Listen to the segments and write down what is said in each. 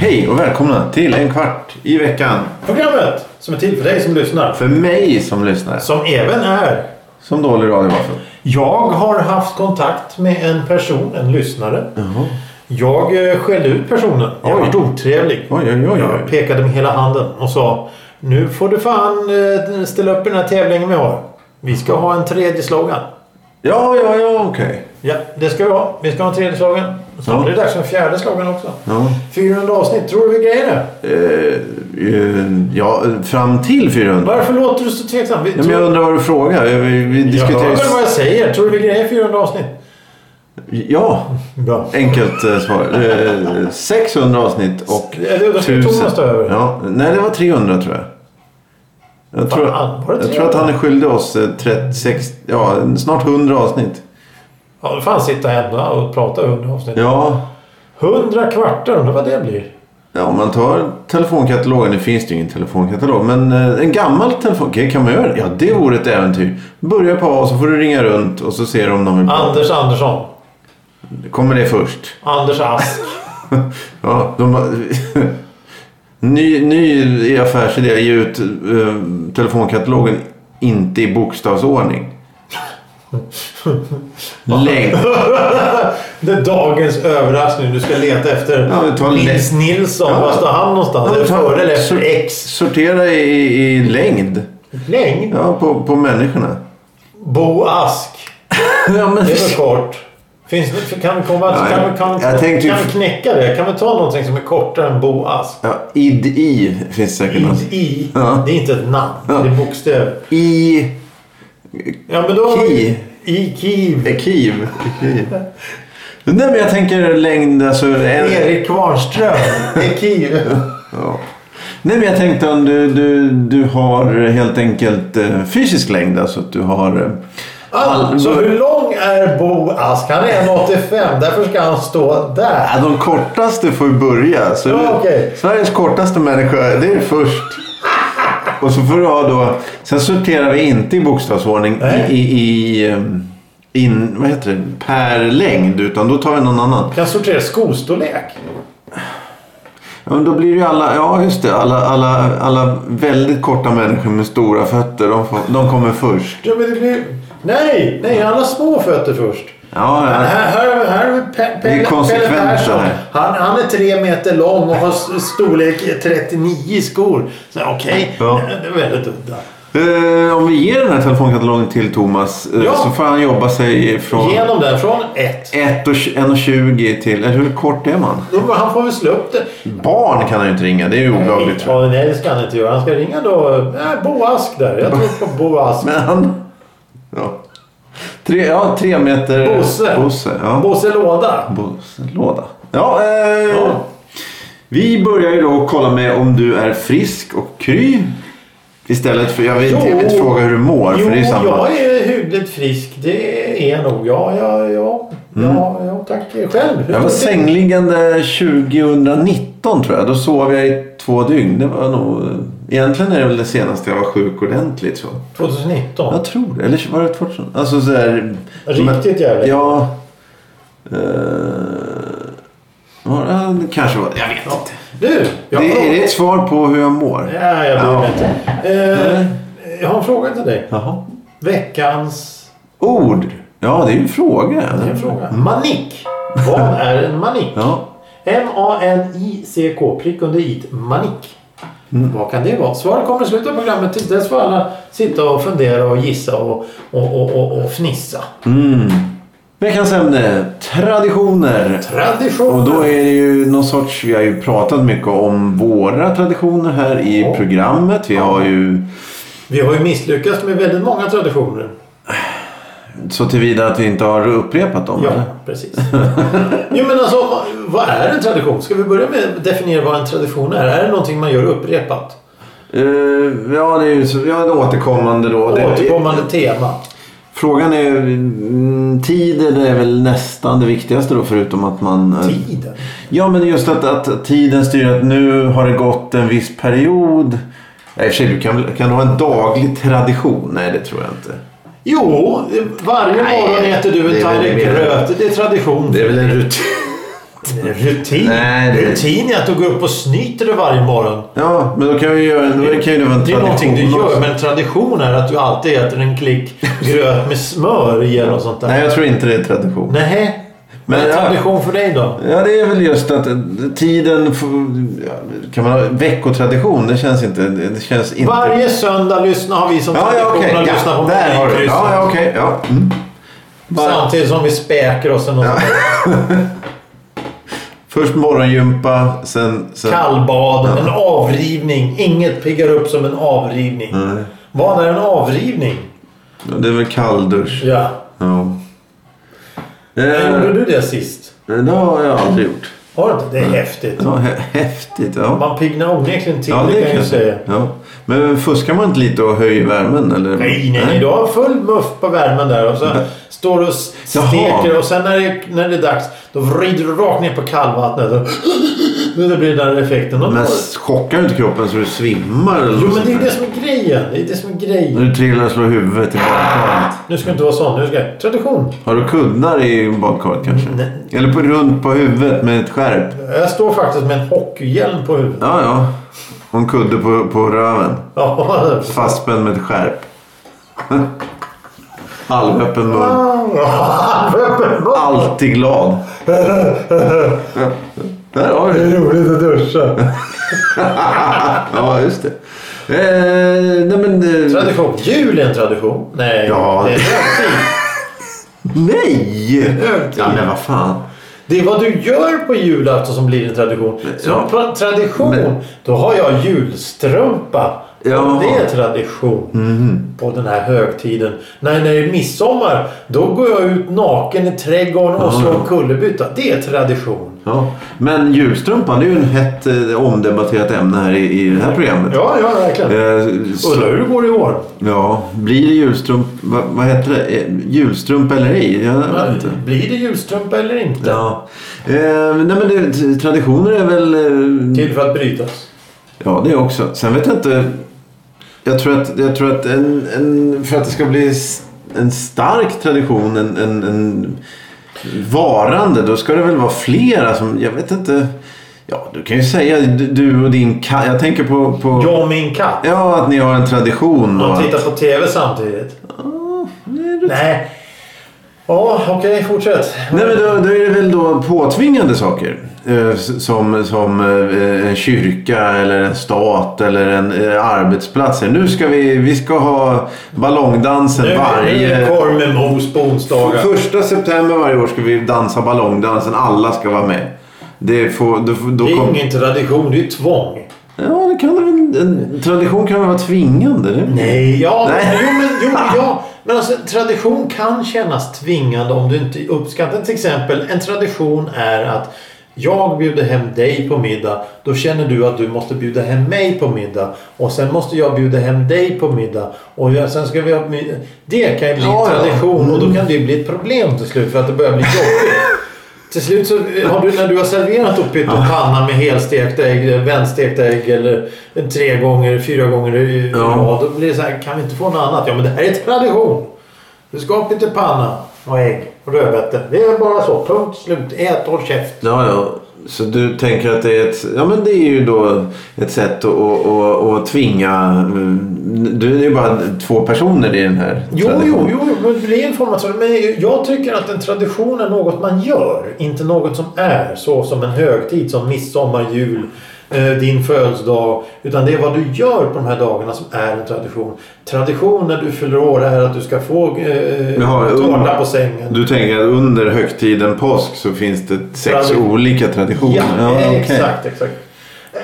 Hej och välkomna till en kvart i veckan. Programmet som är till för dig som lyssnar. För mig som lyssnar. Som även är. Som dålig radio var för. Jag har haft kontakt med en person, en lyssnare. Jag eh, skällde ut personen. Jag Oj. var otrevlig. Oj, oj, oj, Jag oj. pekade med hela handen och sa Nu får du fan eh, ställa upp i den här tävlingen vi har. Vi ska ha en tredje slogan. Ja, ja, ja, okej. Ja, det ska vi ha. Vi ska ha en tredje slogan. Snart Ja. är det dags för en fjärde slogan också. Ja. 400 avsnitt. Tror du vi grejer det? Eh, eh, ja, fram till 400. Varför låter du så tveksam? Vi, Ja, men jag undrar vad du frågar. Eh, Vi, vi jag hör diskuterar väl vad ju... jag säger. Tror du vi grejer 400 avsnitt? Ja, Bra. enkelt eh, svar. Eh, 600 avsnitt och Ja, då ska 1000. Thomas ta över. Ja, nej, det var 300 tror jag. Jag tror, Fan, var det jag tror att 300? han är skyldig oss eh, 36, ja, snart 100 avsnitt. Ja, då får han sitta hemma och prata under avsnitt. Ja, Hundra kvartar, undrar vad det blir. Ja, om man tar telefonkatalogen, det finns ju ingen telefonkatalog, men eh, en gammal telefon, okej, kan man göra det? Ja, det vore ett äventyr. Börja på A och så får du ringa runt och så ser du om de vill prata. Anders Andersson. Kommer det först? Anders Ask. Ja, de bara- ny, ny affärsidé, ge ut eh, telefonkatalogen inte i bokstavsordning. Längd. Det är dagens överraskning. Du ska leta efter Ja, men ta Nils Nilsson. Ja. Var står han någonstans? Är det före eller efter Sor- X? Sortera i, i längd. Längd? Ja, på, på människorna. Bo Ask. Ja, men... Det är för kort. Finns, det- kan, vi komma, Nej, kan, vi- kan, jag tänkte ju- kan vi knäcka det? Kan vi ta någonting som är kortare än Bo Ask? Ja, id i finns säkert något. I. Ja. Det är inte ett namn. Ja. Det är bokstäv. I Ja, men då har vi... Ki. I Kiv. eh, Kiev. Kiev. Nej men jag tänker längd alltså. En, Erik Kvarnström. I Kiv. ja. Nej men jag tänkte om du, du, du har helt enkelt eh, fysisk längd. Alltså att du har. eh, all- Alltså hur lång är Bo Ask? Han är 1,85. Därför ska han stå där. Ja, de kortaste får ju börja. Så Ja, okej. Sveriges kortaste människa, det är först. Och så får du ha då... Sen sorterar vi inte i bokstavsordning Nej. i... i, i ehm, in, vad heter det? Per längd. Utan då tar vi någon annan. Kan sortera skostorlek. Ja, men då blir det ju alla... Ja, just det. Alla, alla, alla väldigt korta människor med stora fötter. De, får, de kommer först. Ja, men det blir... Nej, nej, han har små fötter först. Ja, ja. Här, här, här är Pe- Ah. Det är Pelle, Pelle konsekvent Persson. det här. Han, han är tre meter lång och har s- storlek 39 i skor. Så Okej, Ja. det är väldigt udda. Eh, om vi ger den här telefonkatalogen till Thomas eh, Ja. så får han jobba sig från... Genom den från ett. 1 och 1,20 till... Eller hur kort är man? Då- Han får väl slå upp det. Barn kan han ju inte ringa. Det är ju olagligt tror jag. Ja, nej, det ska han inte göra. Han ska ringa då. Nej, Bo Ask där. Jag tror på Bo Ask. Men han... Ja. Tre, ja, tre meter... Bosse. Bosse, ja. Bosse Låda. Bosse. Låda. Ja, eh, Vi börjar ju då kolla med om du är frisk och kry. Istället för... Jag vill, inte- jag vill inte Jo. fråga hur du mår, Jo, för det är samma. jag är hyggligt frisk. Det är jag nog. Ja, ja, ja. Ja, ja, tack. Själv? Hur Mm. Jag var mår du? sängliggande 2019 tror jag. Då sov jag i två dygn. Det var nog... Egentligen är det väl det senaste jag var sjuk ordentligt så. 2019. Jag tror det. Eller var det 2000? Alltså så här, Riktigt jävla- Ja. Eh, var, ja, det kanske var Jag vet Ja. inte. Du! Jag, det, har- är det ett svar på hur jag mår? Ja, jag bryr mig inte. Eh, Nej. jag har en fråga till dig. Jaha. Veckans... Ord. Ja, det är ju en fråga. Det är en fråga. Manick. Vad är en manick? Ja. M-A-N-I-C-K. Prick under i. Manick. Mm. Vad kan det vara? Svaret kommer i slutet av programmet. Tills dess får alla sitta och fundera och gissa och, och, och, och, och fnissa. Mm. Veckans ämne. Traditioner. Tradition. Och då är det ju någon sorts, vi har ju pratat mycket om våra traditioner här i Ja. programmet. Vi har ju Vi har ju misslyckats med väldigt många traditioner. så tillvida att vi inte har upprepat dem. Ja, eller? precis. jo, men alltså, vad- vad är en tradition? Ska vi börja med att definiera vad en tradition är? Är det någonting man gör upprepat? Eh, ja, det är ju så, ja, det är återkommande då. Det, Återkommande tema. Frågan är, mm, tiden är väl nästan det viktigaste då förutom att man... eh, Tiden. Ja, men just att, att tiden styr att nu har det gått en viss period. Nej, i och för sig, du kan, väl- kan du ha en daglig tradition? Nej, det tror jag inte. Jo, varje Nej, morgon äter du det en är väl tallrik mer- gröt. Det är tradition. Det är väl en rutin. Rutin? Nej, det- Rutin är att du går upp och snyter dig varje morgon. Ja, men då kan vi göra då kan ju det vara en Det är någonting du tradition också. gör, men tradition är att du alltid äter en klick gröt med smör i eller något sånt där. Nej, jag tror inte det är tradition. Nej. Men Men en jag- tradition för dig då? Ja, det är väl just att eh, tiden... får- ja, Kan man ha veckotradition? Det känns inte... Det känns inte... Varje söndag lyssnar har vi som Ja, tradition ja, okej. att lyssna på Ja, där har du det. Melodikryssaren. Ja, ja, okej. Ja. Mm. Bara, Samtidigt som vi späker oss en ja. först morgongympa, sen... sen kallbad, en avrivning. Inget piggar upp som en avrivning. Vad är en avrivning? Ja, Det är väl kalldusch. Ja. Ja. När Eh, gjorde du det sist? det har jag aldrig gjort. Har du inte? Mm. Det är häftigt. Ja, hä- häftigt. Ja. Man piggnar onekligen till, Ja, det, kan jag ju jag säga. Ja. Men fuskar man inte lite och höjer värmen? Eller? Nej, nej, nej. Du har full muff på värmen där och så står du och steker Jaha. och sen när det, när det är dags då vrider du rakt ner på kallvattnet. Och då blir det den effekten. Och då, Men chockar du inte kroppen så du svimmar? Eller jo, något men det sånt där? är ju det som är grejen. Det är det som är grejen. När du trillar och slår huvudet i badkaret. Nu ska jag inte vara sån. Nu ska jag... Tradition. Har du kuddar i badkaret kanske? Nej. Eller på, runt på huvudet med ett skärp? Jag står faktiskt med en hockeyhjälm på huvudet. Ja, ja. Och en kudde på, på röven. Ja. Fastspänd med ett skärp. Halvöppen mun. Alltid glad. Ja. Där har vi Det det. är roligt att duscha. Ja, just det. Eh, nej, men... eh, Tradition. Jul är en tradition. Nej, Ja. det är en högtid. Nej! Högtid. Ja, men vad fan. Det är vad du gör på julafton som blir en tradition. Så ja. på tradition, Men- då har jag julstrumpa. Ja. Mhm. Det är tradition på den här högtiden. Nej, när det är midsommar, då går jag ut naken i trädgården och slår kullerbytta. Det är tradition. Ja. Men julstrumpan, det är ju en hett eh, omdebatterat ämne här i, i det här programmet. Ja, ja, verkligen. Eh, så- Undrar hur det går i år. Ja, blir det julstrump... Va, vad heter det? Eh, Julstrumpa eller ej? Jag vet inte. Blir det julstrumpa eller inte? Ja. Eh, nej men det, traditioner är väl... Eh, Till för att brytas. ja, det också. Sen vet jag inte... Jag tror att, jag tror att en, en, för att det ska bli s- en stark tradition, en, en, en varande, då ska det väl vara flera som... Jag vet inte... Ja, du kan ju säga du- du och din katt. Jag tänker på... på Jag och min katt. Ja, att ni har en tradition. och De att- tittar på TV samtidigt. Nej, Nej. Ja, okej, fortsätt. Nej men då, då är det väl då påtvingande saker. Eh, s- Som, som eh, en kyrka eller en stat eller en eh, arbetsplats. Nu ska vi, vi ska ha ballongdansen Nu är det varje... korv med mos på onsdagar. Första september varje år ska vi dansa ballongdansen. Alla ska vara med. Det, får, då, får- då Det är kom... ingen tradition, det är tvång. Ja, det kan väl... En tradition kan väl vara tvingande? Det... Nej, ja, Nej. jo men, jo, men ja. Men alltså en tradition kan kännas tvingande om du inte uppskattar Till exempel, en tradition är att jag bjuder hem dig på middag. Då känner du att du måste bjuda hem mig på middag. Och sen måste jag bjuda hem dig på middag. Och jag, sen ska vi ha middag. Det kan ju bli Ja, en ja. tradition och då kan det ju bli ett problem till slut för att det börjar bli jobbigt. Till slut så har du, när du har serverat upp pyttipanna med helstekta ägg, eh, vändstekta ägg eller tre gånger, fyra gånger i Ja. ja. rad. Då blir det så här, kan vi inte få något annat? Ja, men det här är tradition. Du ska ha pyttipanna och ägg och rödbetor. Det är bara så. Punkt slut. Ät och käft. Ja, ja. Så du tänker att det är ett, ja, men det är ju då ett sätt att, att, att, att tvinga... mm, Du det är ju bara två personer i den här Jo, jo, traditionen. jo, men det är en form av tradition. Men jag tycker att en tradition är något man gör. Inte något som är så som en högtid som midsommar, jul, eh, din födelsedag. Utan det är vad du gör på de här dagarna som är en tradition. Tradition när du fyller år är att du ska få eh, Jaha, tårta um, på sängen. Du tänker att under högtiden påsk så finns det sex Tradition. olika traditioner? Ja, eh, okej. exakt, exakt.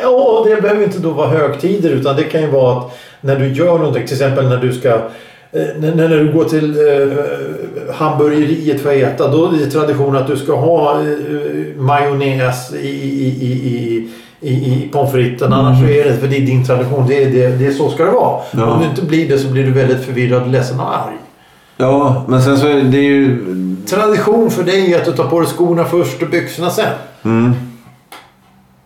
Eh, Och det behöver inte då vara högtider utan det kan ju vara att när du gör någonting, till exempel när du ska eh, när, när du går till eh, hamburgeriet för att äta då är det tradition att du ska ha eh, majonnäs i, i, i, i, i, i pommes fritesen. Annars så är det för det är din tradition. Det är, det, det är så ska det vara. Mm. Ja. Om du inte blir det så blir du väldigt förvirrad, ledsen och arg. Ja, men sen så är det ju... Tradition för dig är att du tar på dig skorna först och byxorna sen. Mm.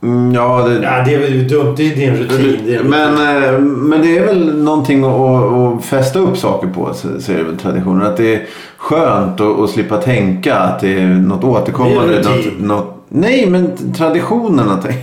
Mm, ja, det... Ja, det är väl dumt. Det är din rutin. Det är din rutin. Men, eh, men det är väl någonting att, att, att fästa upp saker på, så, så är det väl traditioner. Att det är skönt att, att slippa tänka att det är något återkommande. Det är något, rutin. något, nej, men traditionen att tänka.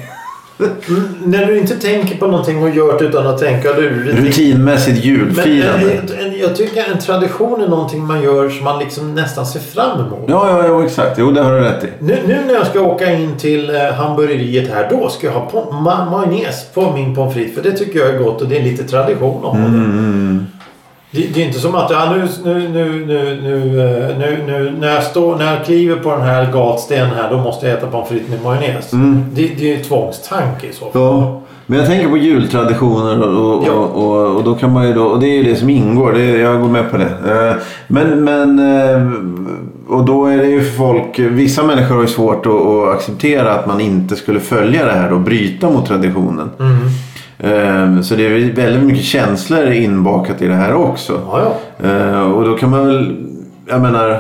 Mm, När du inte tänker på någonting och gör det utan att tänka. Du, Rutinmässigt Men eh, julfirande. en, en, jag tycker en tradition är någonting man gör som man liksom nästan ser fram emot. Ja, ja, ja, exakt. Jo, det har du rätt i. Nu, nu när jag ska åka in till eh, hamburgeriet här, då ska jag ha pom- ma- majonnäs på min pommes frites. För det tycker jag är gott och det är lite tradition om det. Mm. det. Det är inte som att ja, nu, nu, nu, nu, nu, eh, nu, nu när, jag står, när jag kliver på den här gatstenen här, då måste jag äta pommes frites med majonnäs. Mm. Det, det är ju tvångstanke i så fall. Ja. Men jag tänker på jultraditioner och, och, Ja. och, och, och då kan man ju då, och det är ju det som ingår, det, jag går med på det. Eh, Men, men, eh, och då är det ju för folk, vissa människor har ju svårt att, att acceptera att man inte skulle följa det här och bryta mot traditionen. Mm. Eh, Så det är ju väldigt mycket känslor inbakat i det här också. Ja, ja. Eh, och då kan man väl, jag menar,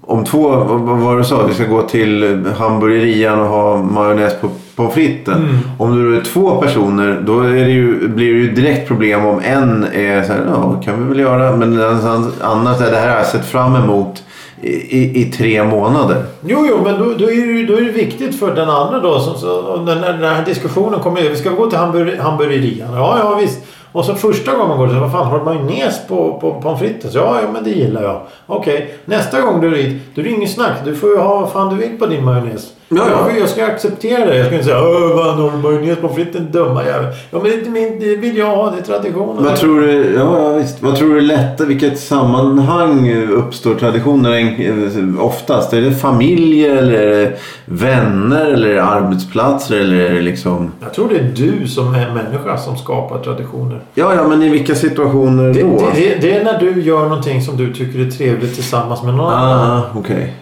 om två, vad, vad var det du sa, vi ska gå till hamburgerian och ha majonnäs på pommes fritesen. Mm. Om du är två personer då är det ju, blir det ju direkt problem om en är så här, ja kan vi väl göra, men den an- annars är det här har jag sett fram emot i, i, i tre månader. Jo, jo, men då, då, är det, ju- då är det viktigt för den andra då. Som, så, när, när den här diskussionen kommer över. Ska vi gå till hamburg, hamburgerian? Ja, ja visst. Och så första gången går det så vad fan har du majonnäs på, på pommes frites? Ja, ja, men det gillar jag. Okej, nästa gång du är dit, då är det inget snack. Du får ju ha vad fan du vill på din majonnäs. Ja, ja. Jag, jag ska acceptera det. Jag ska inte säga Åh, vad har du majonnäs på pommes fritesen? Dumma jävel. Ja, men det, är inte min, det vill jag ha. Det är traditionen. Vad tror du, ja, ja, visst, vad tror du lätt, vilket sammanhang uppstår traditioner en- oftast? Är det familjer eller är det vänner eller är det arbetsplatser eller är det liksom... Jag tror det är du som är människa som skapar traditioner. Ja, ja, men i vilka situationer Det, då? det, det, det är när du gör någonting som du tycker är trevligt tillsammans med någon annan. Ah, okej.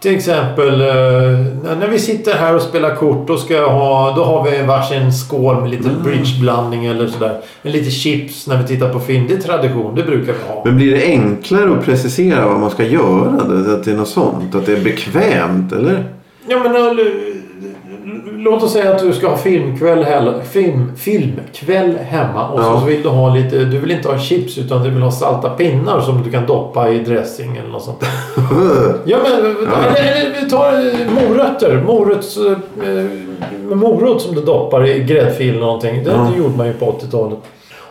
Till exempel eh, när när vi sitter här och spelar kort då, ska jag ha, då har vi varsin skål med Mm. lite bridgeblandning eller sådär. Med lite chips när vi tittar på film. Det är tradition, det brukar vi ha. Men blir det enklare att precisera vad man ska göra? då? Att det är något sånt? Att det är bekvämt, eller? Ja, men, eh, l- l- låt oss säga att du ska ha filmkväll, hell- film, filmkväll hemma och Ja. så vill du ha lite, du vill inte ha chips utan du vill ha salta pinnar som du kan doppa i dressing eller något sånt där. Ja men eller, eller, vi tar eh, morötter. Moröts, eh, morot som du doppar i gräddfil eller någonting. Det, Ja. det gjorde man ju på 80-talet.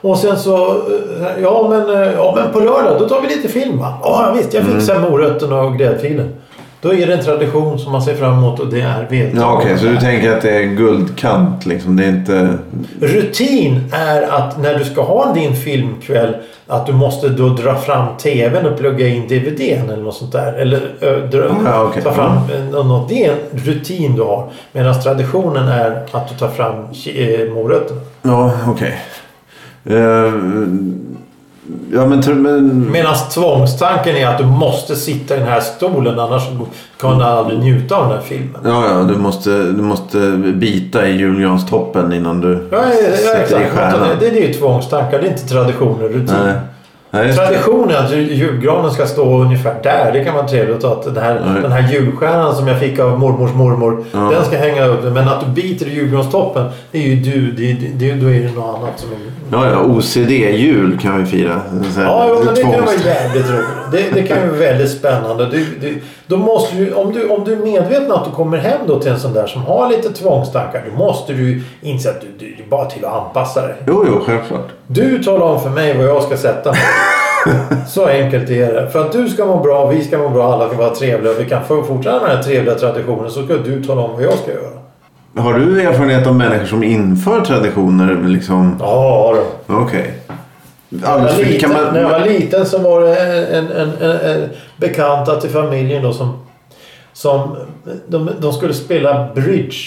Och sen så, eh, ja men, eh, ja men på lördag då tar vi lite film va? Ja visst, jag fixar Mm. morötterna och gräddfilen. Då är det en tradition som man ser fram emot och det är vedertaget. ja, okej. så du tänker att det är guldkant liksom? Det är inte... Rutin är att när du ska ha din filmkväll att du måste då dra fram tvn och plugga in DVDn eller något sånt där. Eller ö, dra, Ah, Ja, okej. Mm. ta fram eh, något. Det är en rutin du har. Medan traditionen är att du tar fram ki- eh, morötterna. Ja, okej. Eh, ja, men... tr- men Medan tvångstanken är att du måste sitta i den här stolen annars kan du aldrig njuta av den här filmen. ja, ja, du måste, du måste bita i julgranstoppen innan du Ja, ja, ja sätter i exakt. stjärnan. Det, det är ju tvångstankar. Det är inte traditioner. Rutin. Nej. Nej, just det. Traditionen att ju- julgranen ska stå ungefär där, det kan vara trevligt. Att den här, Nej. den här julstjärnan som jag fick av mormors mormor, Ja. den ska hänga upp. Men att du biter i julgranstoppen, det är ju du. Det, det, det, då är det något annat som är... Ja, ja. OCD-jul kan vi fira. Så här, Ja, jo, men det kan vara tvångs- jävligt roligt. Det, det kan ju vara väldigt spännande. Du, du, då måste du, om, du, om du är medveten att du kommer hem då till en sån där som har lite tvångstankar, då måste du inse att du, du det är bara till att anpassa dig. Jo, jo, självklart. Du talar om för mig vad jag ska sätta mig. Så enkelt är det. För att du ska må bra, vi ska må bra, alla ska vara trevliga och vi kan få- fortsätta med den här trevliga traditionen så ska du tala om vad jag ska göra. Har du erfarenhet av människor som inför traditioner? Liksom? Ja då. Okej. När jag, Alldeles var för- liten, kan man- när jag var liten så var det en, en, en, en bekanta till familjen då som... som de, de skulle spela bridge.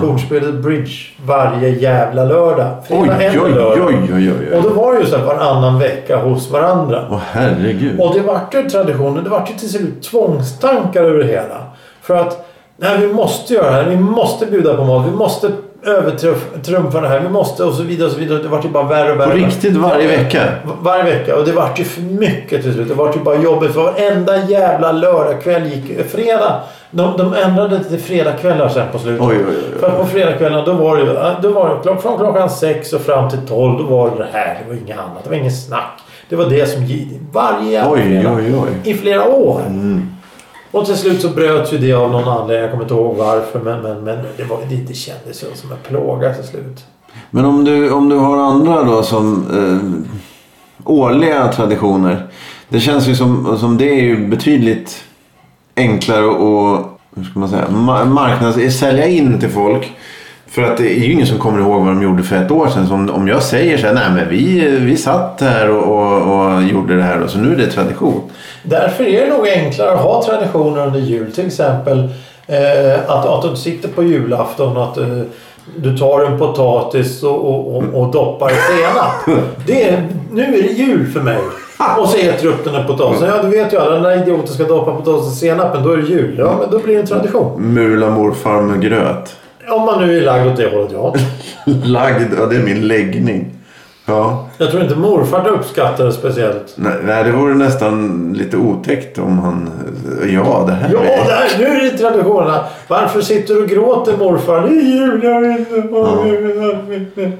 Kortspelet bridge varje jävla lördag. Oj, Fredag oj, eller oj, lördag. oj, oj, oj. Och då var det ju så här varannan vecka hos varandra. Åh, herregud. Och det vart ju traditioner, det vart ju till slut tvångstankar över det hela. För att, nej vi måste göra det här, vi måste bjuda på mat, vi måste övertrumfa det här. Vi måste och så vidare. Och så vidare. Det vart ju bara värre och På värre. riktigt varje vecka. V- Varje vecka. Och det vart ju för mycket till slut. Det vart ju bara jobbigt. För varenda jävla lördagkväll gick... Fredag. De, de ändrade det till fredagkvällar sen på slutet. Oj, oj, oj. För på fredagskvällarna då var det ju... Då var det, klock- från klockan sex och fram till tolv. Då var det det här. Det var inget annat. Det var ingen snack. Det var det som gick. Varje jävla Oj, fredag. oj, oj. I flera år. Och till slut så bröts ju det av någon anledning. Jag kommer inte ihåg varför. Men, men, men det, var, det, det kändes ju som en plåga till slut. Men om du, om du har andra då som eh, årliga traditioner. Det känns ju som, som det är ju betydligt enklare att hur ska man säga, ma- marknads, sälja in till folk. För att det är ju ingen som kommer ihåg vad de gjorde för ett år sedan. Så om, om jag säger så här, nej men vi, vi satt här och, och, och gjorde det här och så nu är det tradition. Därför är det nog enklare att ha traditioner under jul. Till exempel eh, att, att du sitter på julafton och att eh, du tar en potatis och, och, och, och doppar i senap. Det är, nu är det jul för mig. Och så äter du upp den här potatisen. Ja, du vet ju alla. När idioten ska doppa potatisen i senapen, då är det jul. Ja, men då blir det en tradition. Mula morfar med gröt. Om man nu är lagd åt det hållet, ja. Lagd, ja det är min läggning. Ja. Jag tror inte morfar uppskattar det speciellt. Nej, nej, det vore nästan lite otäckt om han... Ja, det här Ja, är... där, nu är det traditionerna. Varför sitter du och gråter morfar? Det är jul, jag vill inte vara med."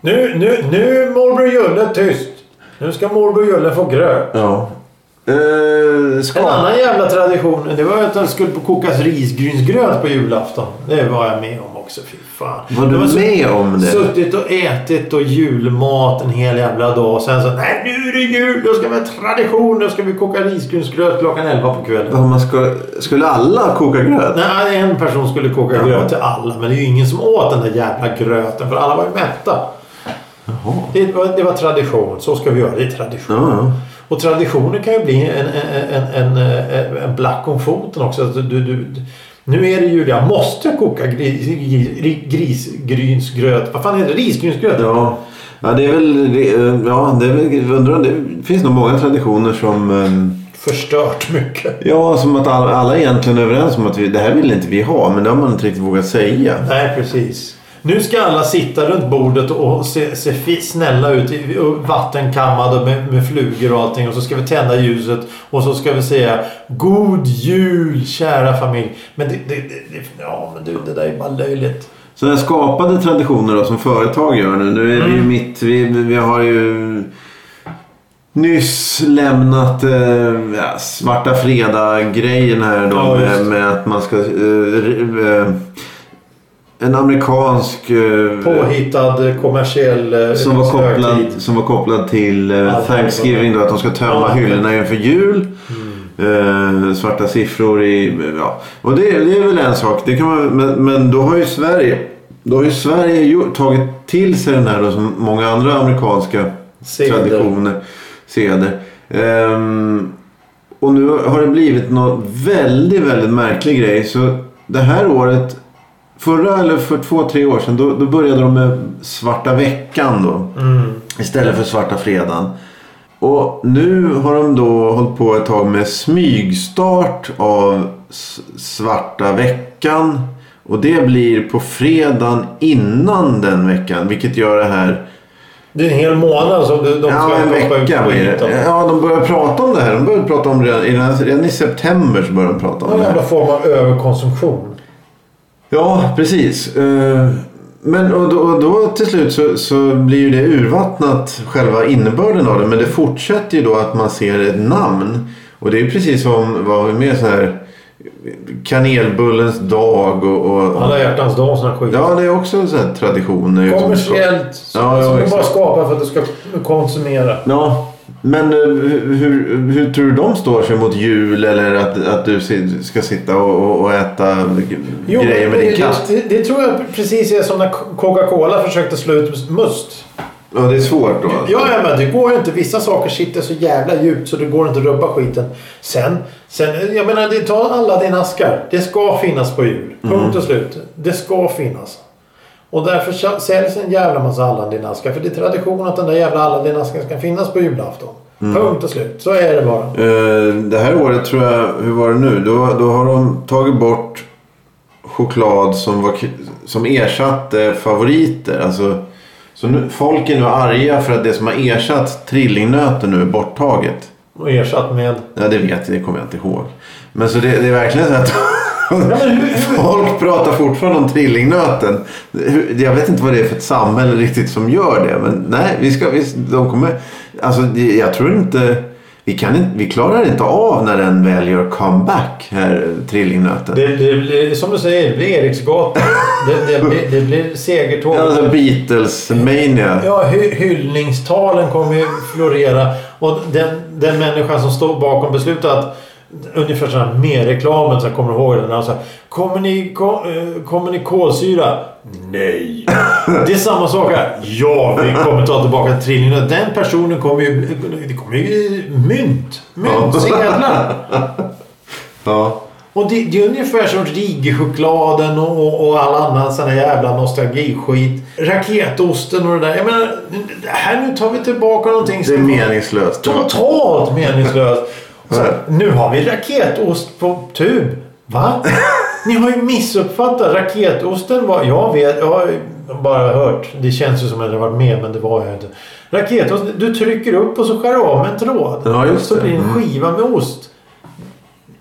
Nu, nu, nu är morbror Julle tyst. Nu ska morbror Julle få gröt. Ja. Eh, En ska... annan jävla tradition, det var ju att det skulle kokas risgrynsgröt på julafton. Det var jag med om också, fy fan. Var du Det så- med om det? Suttit och ätit och julmat en hel jävla dag och sen så nej nu är det jul, då ska vi ha tradition, då ska vi koka risgrynsgröt klockan 11 på kvällen. Vad Man ska... Skulle alla koka gröt? Nej, en person skulle koka Ja. gröt till alla. Men det är ju ingen som åt den där jävla gröten. För alla var ju mätta. Jaha. Det var, det var tradition. Så ska vi göra. Det är tradition. Ja, ja. Och traditioner kan ju bli en, en, en, en, en, en black om foten också. Att Du, du, nu är det ju det. Jag måste koka gris, gris, grisgrynsgröt. Vad fan heter det? Risgrynsgröt? Ja. Ja, det är väl... det- eh, Ja, det är väl... Undrar, det finns nog många traditioner som... eh, Förstört mycket. Ja, som att alla, alla egentligen är överens om att vi, det här vill inte vi ha. Men det har man inte riktigt vågat säga. Nej, precis. Nu ska alla sitta runt bordet och se, se fi- snälla ut. i- och Vattenkammade med, med flugor och allting. Och så ska vi tända ljuset. Och så ska vi säga God Jul kära familj. Men det, det, det, det, ja, men du, det där är bara löjligt. Sådana här skapade traditioner då, som företag gör nu. Nu är det Mm. ju mitt... Vi, vi har ju nyss lämnat eh, ja, Svarta Fredag-grejen här då. Ja, med, just. med att man ska... Eh, re- eh, en amerikansk... Eh, Påhittad eh, kommersiell eh, som var, kopplad, högtid. som var kopplad till eh, Alltså, Thanksgiving då. Att de ska tömma Ja. hyllorna inför jul. Eh, svarta siffror i... Ja. Och det, det är väl en sak. Det kan man, men, men då har ju Sverige... Då har ju Sverige gjort, tagit till sig den här då, som många andra amerikanska Seder. traditioner. Seder. Ehm, och nu har det blivit något väldigt, väldigt märklig grej. Så det här året, förra eller för två, tre år sedan, då, då började de med svarta veckan då. Mm. Istället för svarta fredagen. Och nu har de då hållit på ett tag med smygstart av s- svarta veckan. Och det blir på fredagen innan den veckan. Vilket gör det här Det är en hel månad som de, de Ja, ska en hoppa ut vecka på blir det. hittan. Ja, de börjar prata om det här. De börjar prata om det redan, redan- redan i september så börjar de prata om Någon det här. jävla form av överkonsumtion. Ja, precis. Eh, Men och då, och då till slut så, så blir ju det urvattnat själva innebörden av det. Men det fortsätter ju då att man ser ett namn. Och det är ju precis som vad har vi med så här kanelbullens dag och... och Alla hjärtans dag och såna skit. ja, det är också så här traditioner. Kommersiellt. Som, Ja, ja, som du bara exakt. skapar för att du ska konsumera. Ja, men eh, hur, hur, hur tror du de står sig mot jul eller att, att du si- ska sitta och, och, och äta g- Jo, grejer med det, din katt? Det, det tror jag precis är som när Coca-Cola försökte slå ut must. Ja, det är svårt då. alltså. Ja, ja, men det går ju inte. Vissa saker sitter så jävla djupt så det går inte att rubba skiten. Sen, sen jag menar, det tar alla dina askar. Det ska finnas på jul. Mm. Punkt och slut. Det ska finnas. Och därför sä- säljs en jävla massa Aladdin-askar. För det är tradition att den där jävla Aladdin-asken ska finnas på julafton. Mm. Punkt och slut. Så är det bara. Eh, Det här året tror jag, hur var det nu? Då, då har de tagit bort choklad som, var, k- som ersatte favoriter. Alltså, så nu, folk är nu arga för att det som har ersatt trillingnöten nu är borttaget. Och ersatt med... Ja, det vet jag. Det kommer jag inte ihåg. Men så det, det är verkligen så att folk pratar fortfarande om trillingnöten. Hur- Jag vet inte vad det är för ett samhälle riktigt som gör det. Men nej, vi ska, vi, de kommer... Alltså, det- jag tror inte... Vi, kan inte, vi klarar inte av när den väl gör comeback här, trillingnöten. Det, det blir, som du säger, det blir Eriksgatan. Det, det, blir, det blir segertåg. Alltså Beatles-mania. Ja, hy, hyllningstalen kommer ju florera. Och den, den människan som står bakom beslutet att ungefär sån här med reklamen så jag kommer ihåg den. Alltså, kommer, ni, ko- eh, kommer ni kolsyra? Nej. Det är samma sak här. Ja, vi kommer ta tillbaka trillingen. Den personen kommer ju... Det kommer ju mynt. Mynt, sedlar. Ja. Och det, det är ungefär som Rigi-chokladen och, och, och all annan sån här jävla nostalgiskit. Raketosten och det där. Jag menar, här nu tar vi tillbaka någonting Det är som meningslöst. totalt meningslöst. Och Så, nu har vi raketost på tub. Va? Ni har ju missuppfattat. Raketosten var... Jag vet, jag har ju bara hört. Det känns ju som att jag har varit med men det var jag inte. Raketost, du trycker upp och så skär du av med en tråd. Ja, just så det. Mm. blir det en skiva med ost.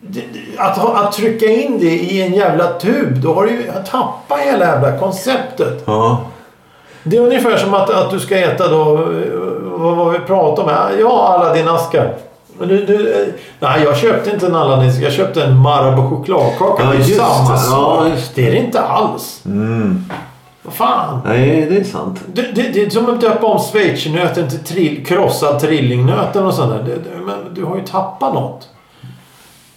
Det- det- Att, ha- att trycka in det i en jävla tub, då har du ju tappat hela jävla konceptet. Ja. Det är ungefär som att, att du ska äta då, eh, vad var vi pratade om? här? Ja, Aladdin-askar. Men du, du, eh, nej, jag köpte inte en Aladdin, jag köpte en Marabou chokladkaka. Ja, det är ju just samma det. sak. Ja, just det är det inte alls. Vad fan. Nej, det är sant. Det, det, det är som att döpa om schweizernöten till trill, krossad trillingnöten och sånt där. Det, det, men du har ju tappat något.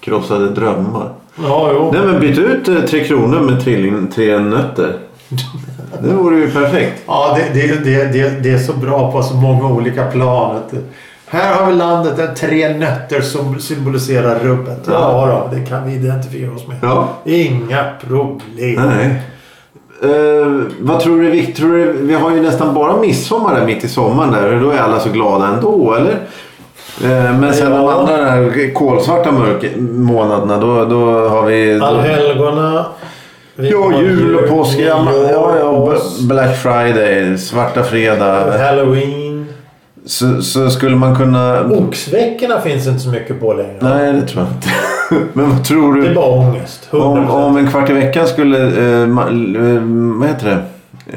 Krossade drömmar. Ja, jo. Nej, men byt ut eh, Tre Kronor med trilling, Tre Nötter. Det vore ju perfekt. Ja, det, det, det, det, det är så bra på så många olika plan. Att det- Här har vi landet där tre nötter som symboliserar rubbet. Ja, då, det kan vi identifiera oss med. Ja. Inga problem. Nej. Eh, vad tror du är viktigt? Tror du, vi har ju nästan bara midsommar där mitt i sommaren där och då är alla så glada ändå, eller? Eh, men sen de Ja. andra där kolsvarta mörk- månaderna då, då har vi... Allhelgona. vi Ja, har jul och påsk. Ja, nyår, ja, ja, påsk, Black Friday, svarta fredag. Halloween. Så, så skulle man kunna... Oh. Oxveckorna finns inte så mycket på längre. Nej, det tror jag inte. Men vad tror Det är du? bara ångest. 100%. Om, om en kvart i veckan skulle... Eh, ma- eh, vad heter det?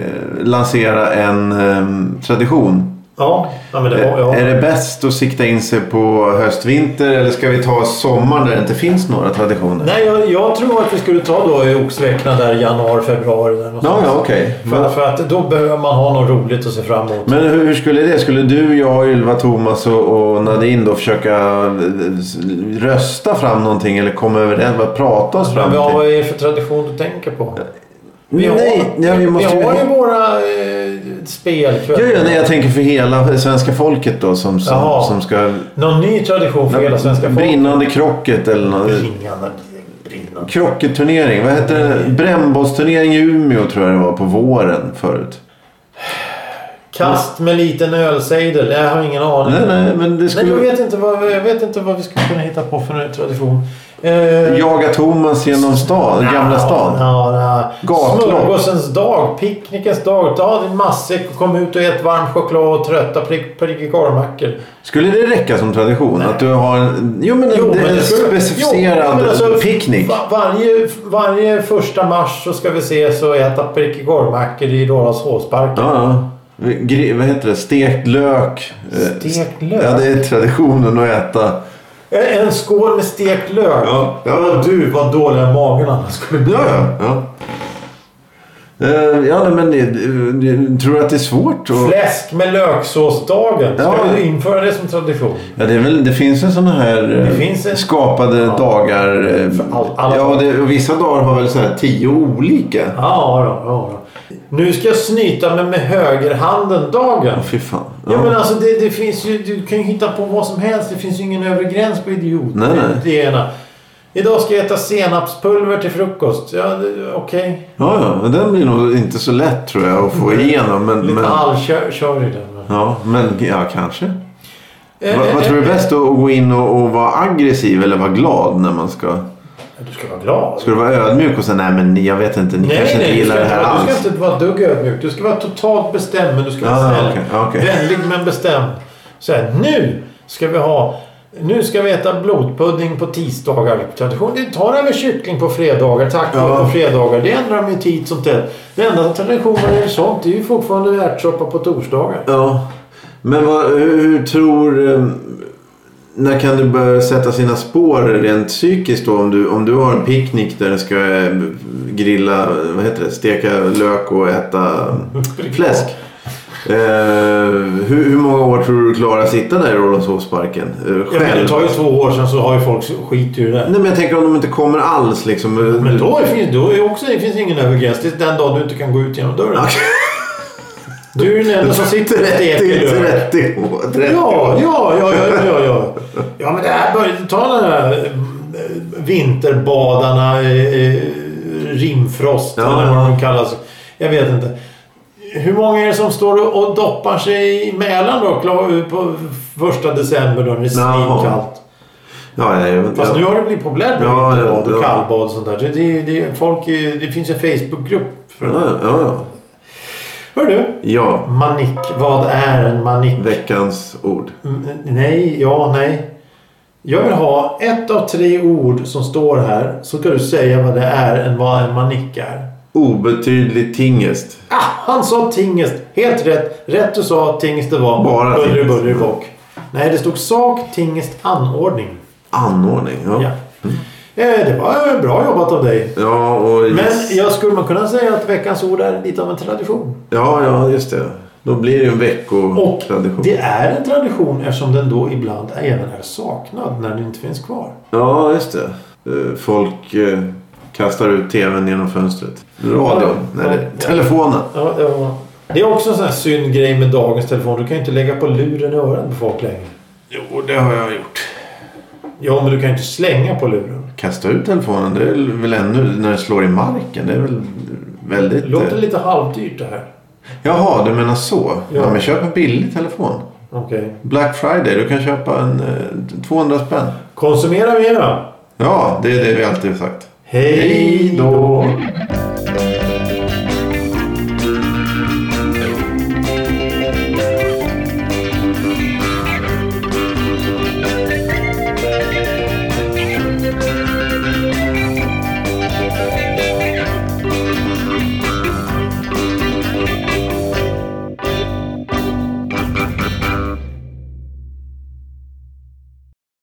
Eh, lansera en eh, tradition. Ja, ja, men det var... Eh, Ja. Är det bäst att sikta in sig på höst-vinter eller ska vi ta sommar där det inte finns några traditioner? Nej, jag, jag tror att vi skulle ta då i oxveckorna där i januari, februari. Där Ja, någonstans. ja, okej. För, för att då behöver man ha något roligt att se fram emot. Mm. Men hur, hur skulle det? Skulle du, jag, Ylva, Thomas och, och Nadine då försöka eh, s- rösta fram någonting eller komma överens? Vad prata oss fram Men vad till? är det för tradition du tänker på? Vi har, Nej, nej, vi måste vi har ju ju... våra eh, Jo, spelkvällar. jo, nej, jag tänker för hela svenska folket då som, som, Jaha. som ska... Någon ny tradition för hela svenska folket? Brinnande krocket eller något. Brinnande. brinnande. Krocketturnering. Vad hette det? Brännbollsturnering i Umeå tror jag det var på våren förut. Kast med liten ölsejdel. Jag har ingen aning. Nej, nej, men det Nej, jag, skulle... vet inte vad, jag vet inte vad vi skulle kunna hitta på för en tradition. Eh, Jaga Thomas genom stan, Gamla stan. Ja, ja, ja. Gatlopp. Smörgåsens dag, picknickens dag. Ta din matsäck och kom ut och ät varm choklad och trötta prick, prickig korvmackor. Skulle det räcka som tradition? Att du har en, jo, men en, Jo, men en det skulle- specificerad jo, men alltså, picknick? va- Varje, varje första mars så ska vi ses och äta prickig korvmackor i Rålambshovsparken. Ja, ja. Gre- vad heter det? Stekt lök. Eh, Stekt lök? Ja, det är traditionen att äta. En en skål med stekt lök. Ja. Du, vad dålig magen annars skulle bli. Ja, ja. ja. Eh, ja nej, men eh, tror du att det är svårt? Att... Fläsk med löksåsdagen. Ska Ja. vi införa det som tradition? Ja, det, är väl, det finns en sån här eh, Det finns en- skapade dagar. eh, all- alla- ja, det, och vissa dagar har väl så här tio olika. Ja, då, ja, då. Nu ska jag snyta mig med högerhanden dagen. Fy fan. Ja, men alltså det, det finns ju, du kan ju hitta på vad som helst. Det finns ju ingen övre gräns på idiot. Nej, nej. Det är det ena. Idag ska jag äta senapspulver till frukost. Ja, det- okej. Ja, ja, men den blir nog inte så lätt tror jag att få igenom. Men, Lite men, halvkör kör i den. ja, men ja, kanske. Eh, Vad, eh, vad tror du eh, är bäst? Att att gå in och, och vara aggressiv eller vara glad när man ska... Du ska vara glad. Ska du vara ödmjuk och säga nej men jag vet inte, ni kanske inte du gillar ska, det här inte, vara- du alls? ska inte vara ett dugg ödmjuk. Du ska vara totalt bestämd men du ska vara Ah, snäll. okej, okej. Vänlig men bestämd. Så här, nu ska vi ha... Nu ska vi äta blodpudding på tisdagar. Tradition. Det tar över kyckling på fredagar. Tack Ja. på fredagar. Det ändrar de ju tid som tätt. Den enda traditionen är ju sånt. Det är ju fortfarande ärtsoppa på torsdagar. Ja. Men vad, hur, hur tror... eh, När kan det börja sätta sina spår rent psykiskt då? Om du, om du har en picknick där du ska eh, grilla, vad heter det, steka lök och äta fläsk. Eh, hur, hur många år tror du klarar att sitta där i Rålambshovsparken? Eh, Ja, men det själv? tar ju två år sedan så har ju folk skit i det där. Nej men jag tänker om de inte kommer alls liksom. Men då, är, finns- då är också, det finns ingen övergräns. Det är den dag du inte kan gå ut genom dörren. Du är den enda som sitter och steker 30, lök. 30 år. 30 Ja, år. ja, ja, ja, ja, ja. Ja, men det här började ta den här eh, vinterbadarna, eh, rimfrost Ja, eller vad ja. de kallas. Jag vet inte. Hur många är det som står och och doppar sig i Mälaren då? kla- På första december då när det är Jaha. svinkallt. Ja, jag vet inte. Fast nu har det blivit populärt med Ja, vinterbad ja, och ja. kallbad och sånt där. Det, det, det, folk, eh, det finns en Facebookgrupp för det. Ja, ja, Hör du? ja. Manick. Vad är en manick? ja, veckans ord. Mm, Nej, ja, nej. Jag vill ha ett av tre ord som står här så ska du säga vad det är än vad en manick är. Obetydlig tingest. Ah, han sa tingest. Helt rätt. Rätt du sa, tingest det var. Bara buller, tingest. buller, bock. Nej, det stod sak, tingest, anordning. Anordning. Ja, Ja. ja. Eh, det var eh, bra jobbat av dig. och Men jag skulle man kunna säga att veckans ord är lite av en tradition. ja, ja, just det. Då blir det ju en Och veckotradition. det är en tradition eftersom den då ibland även är saknad när den inte finns kvar. Ja, just det. Eh, Folk eh, kastar ut tvn genom fönstret. Radion. Ja, Nej, ja. det- telefonen. Ja, ja. Det är också en sån här synd grej med dagens telefon. Du kan ju inte lägga på luren i örat på folk längre. Jo, det har jag gjort. Ja, men du kan ju inte slänga på luren. Kasta ut telefonen, det är väl ännu när det slår i marken. Det är väl väldigt... Det låter eh, lite halvdyrt det här. Jaha, du menar så. Ja. Ja. men köp en billig telefon. Okej. Okej. Black Friday, du kan köpa en eh, 200 spänn. Konsumera mera. Ja, det är det vi alltid har sagt. Hej då.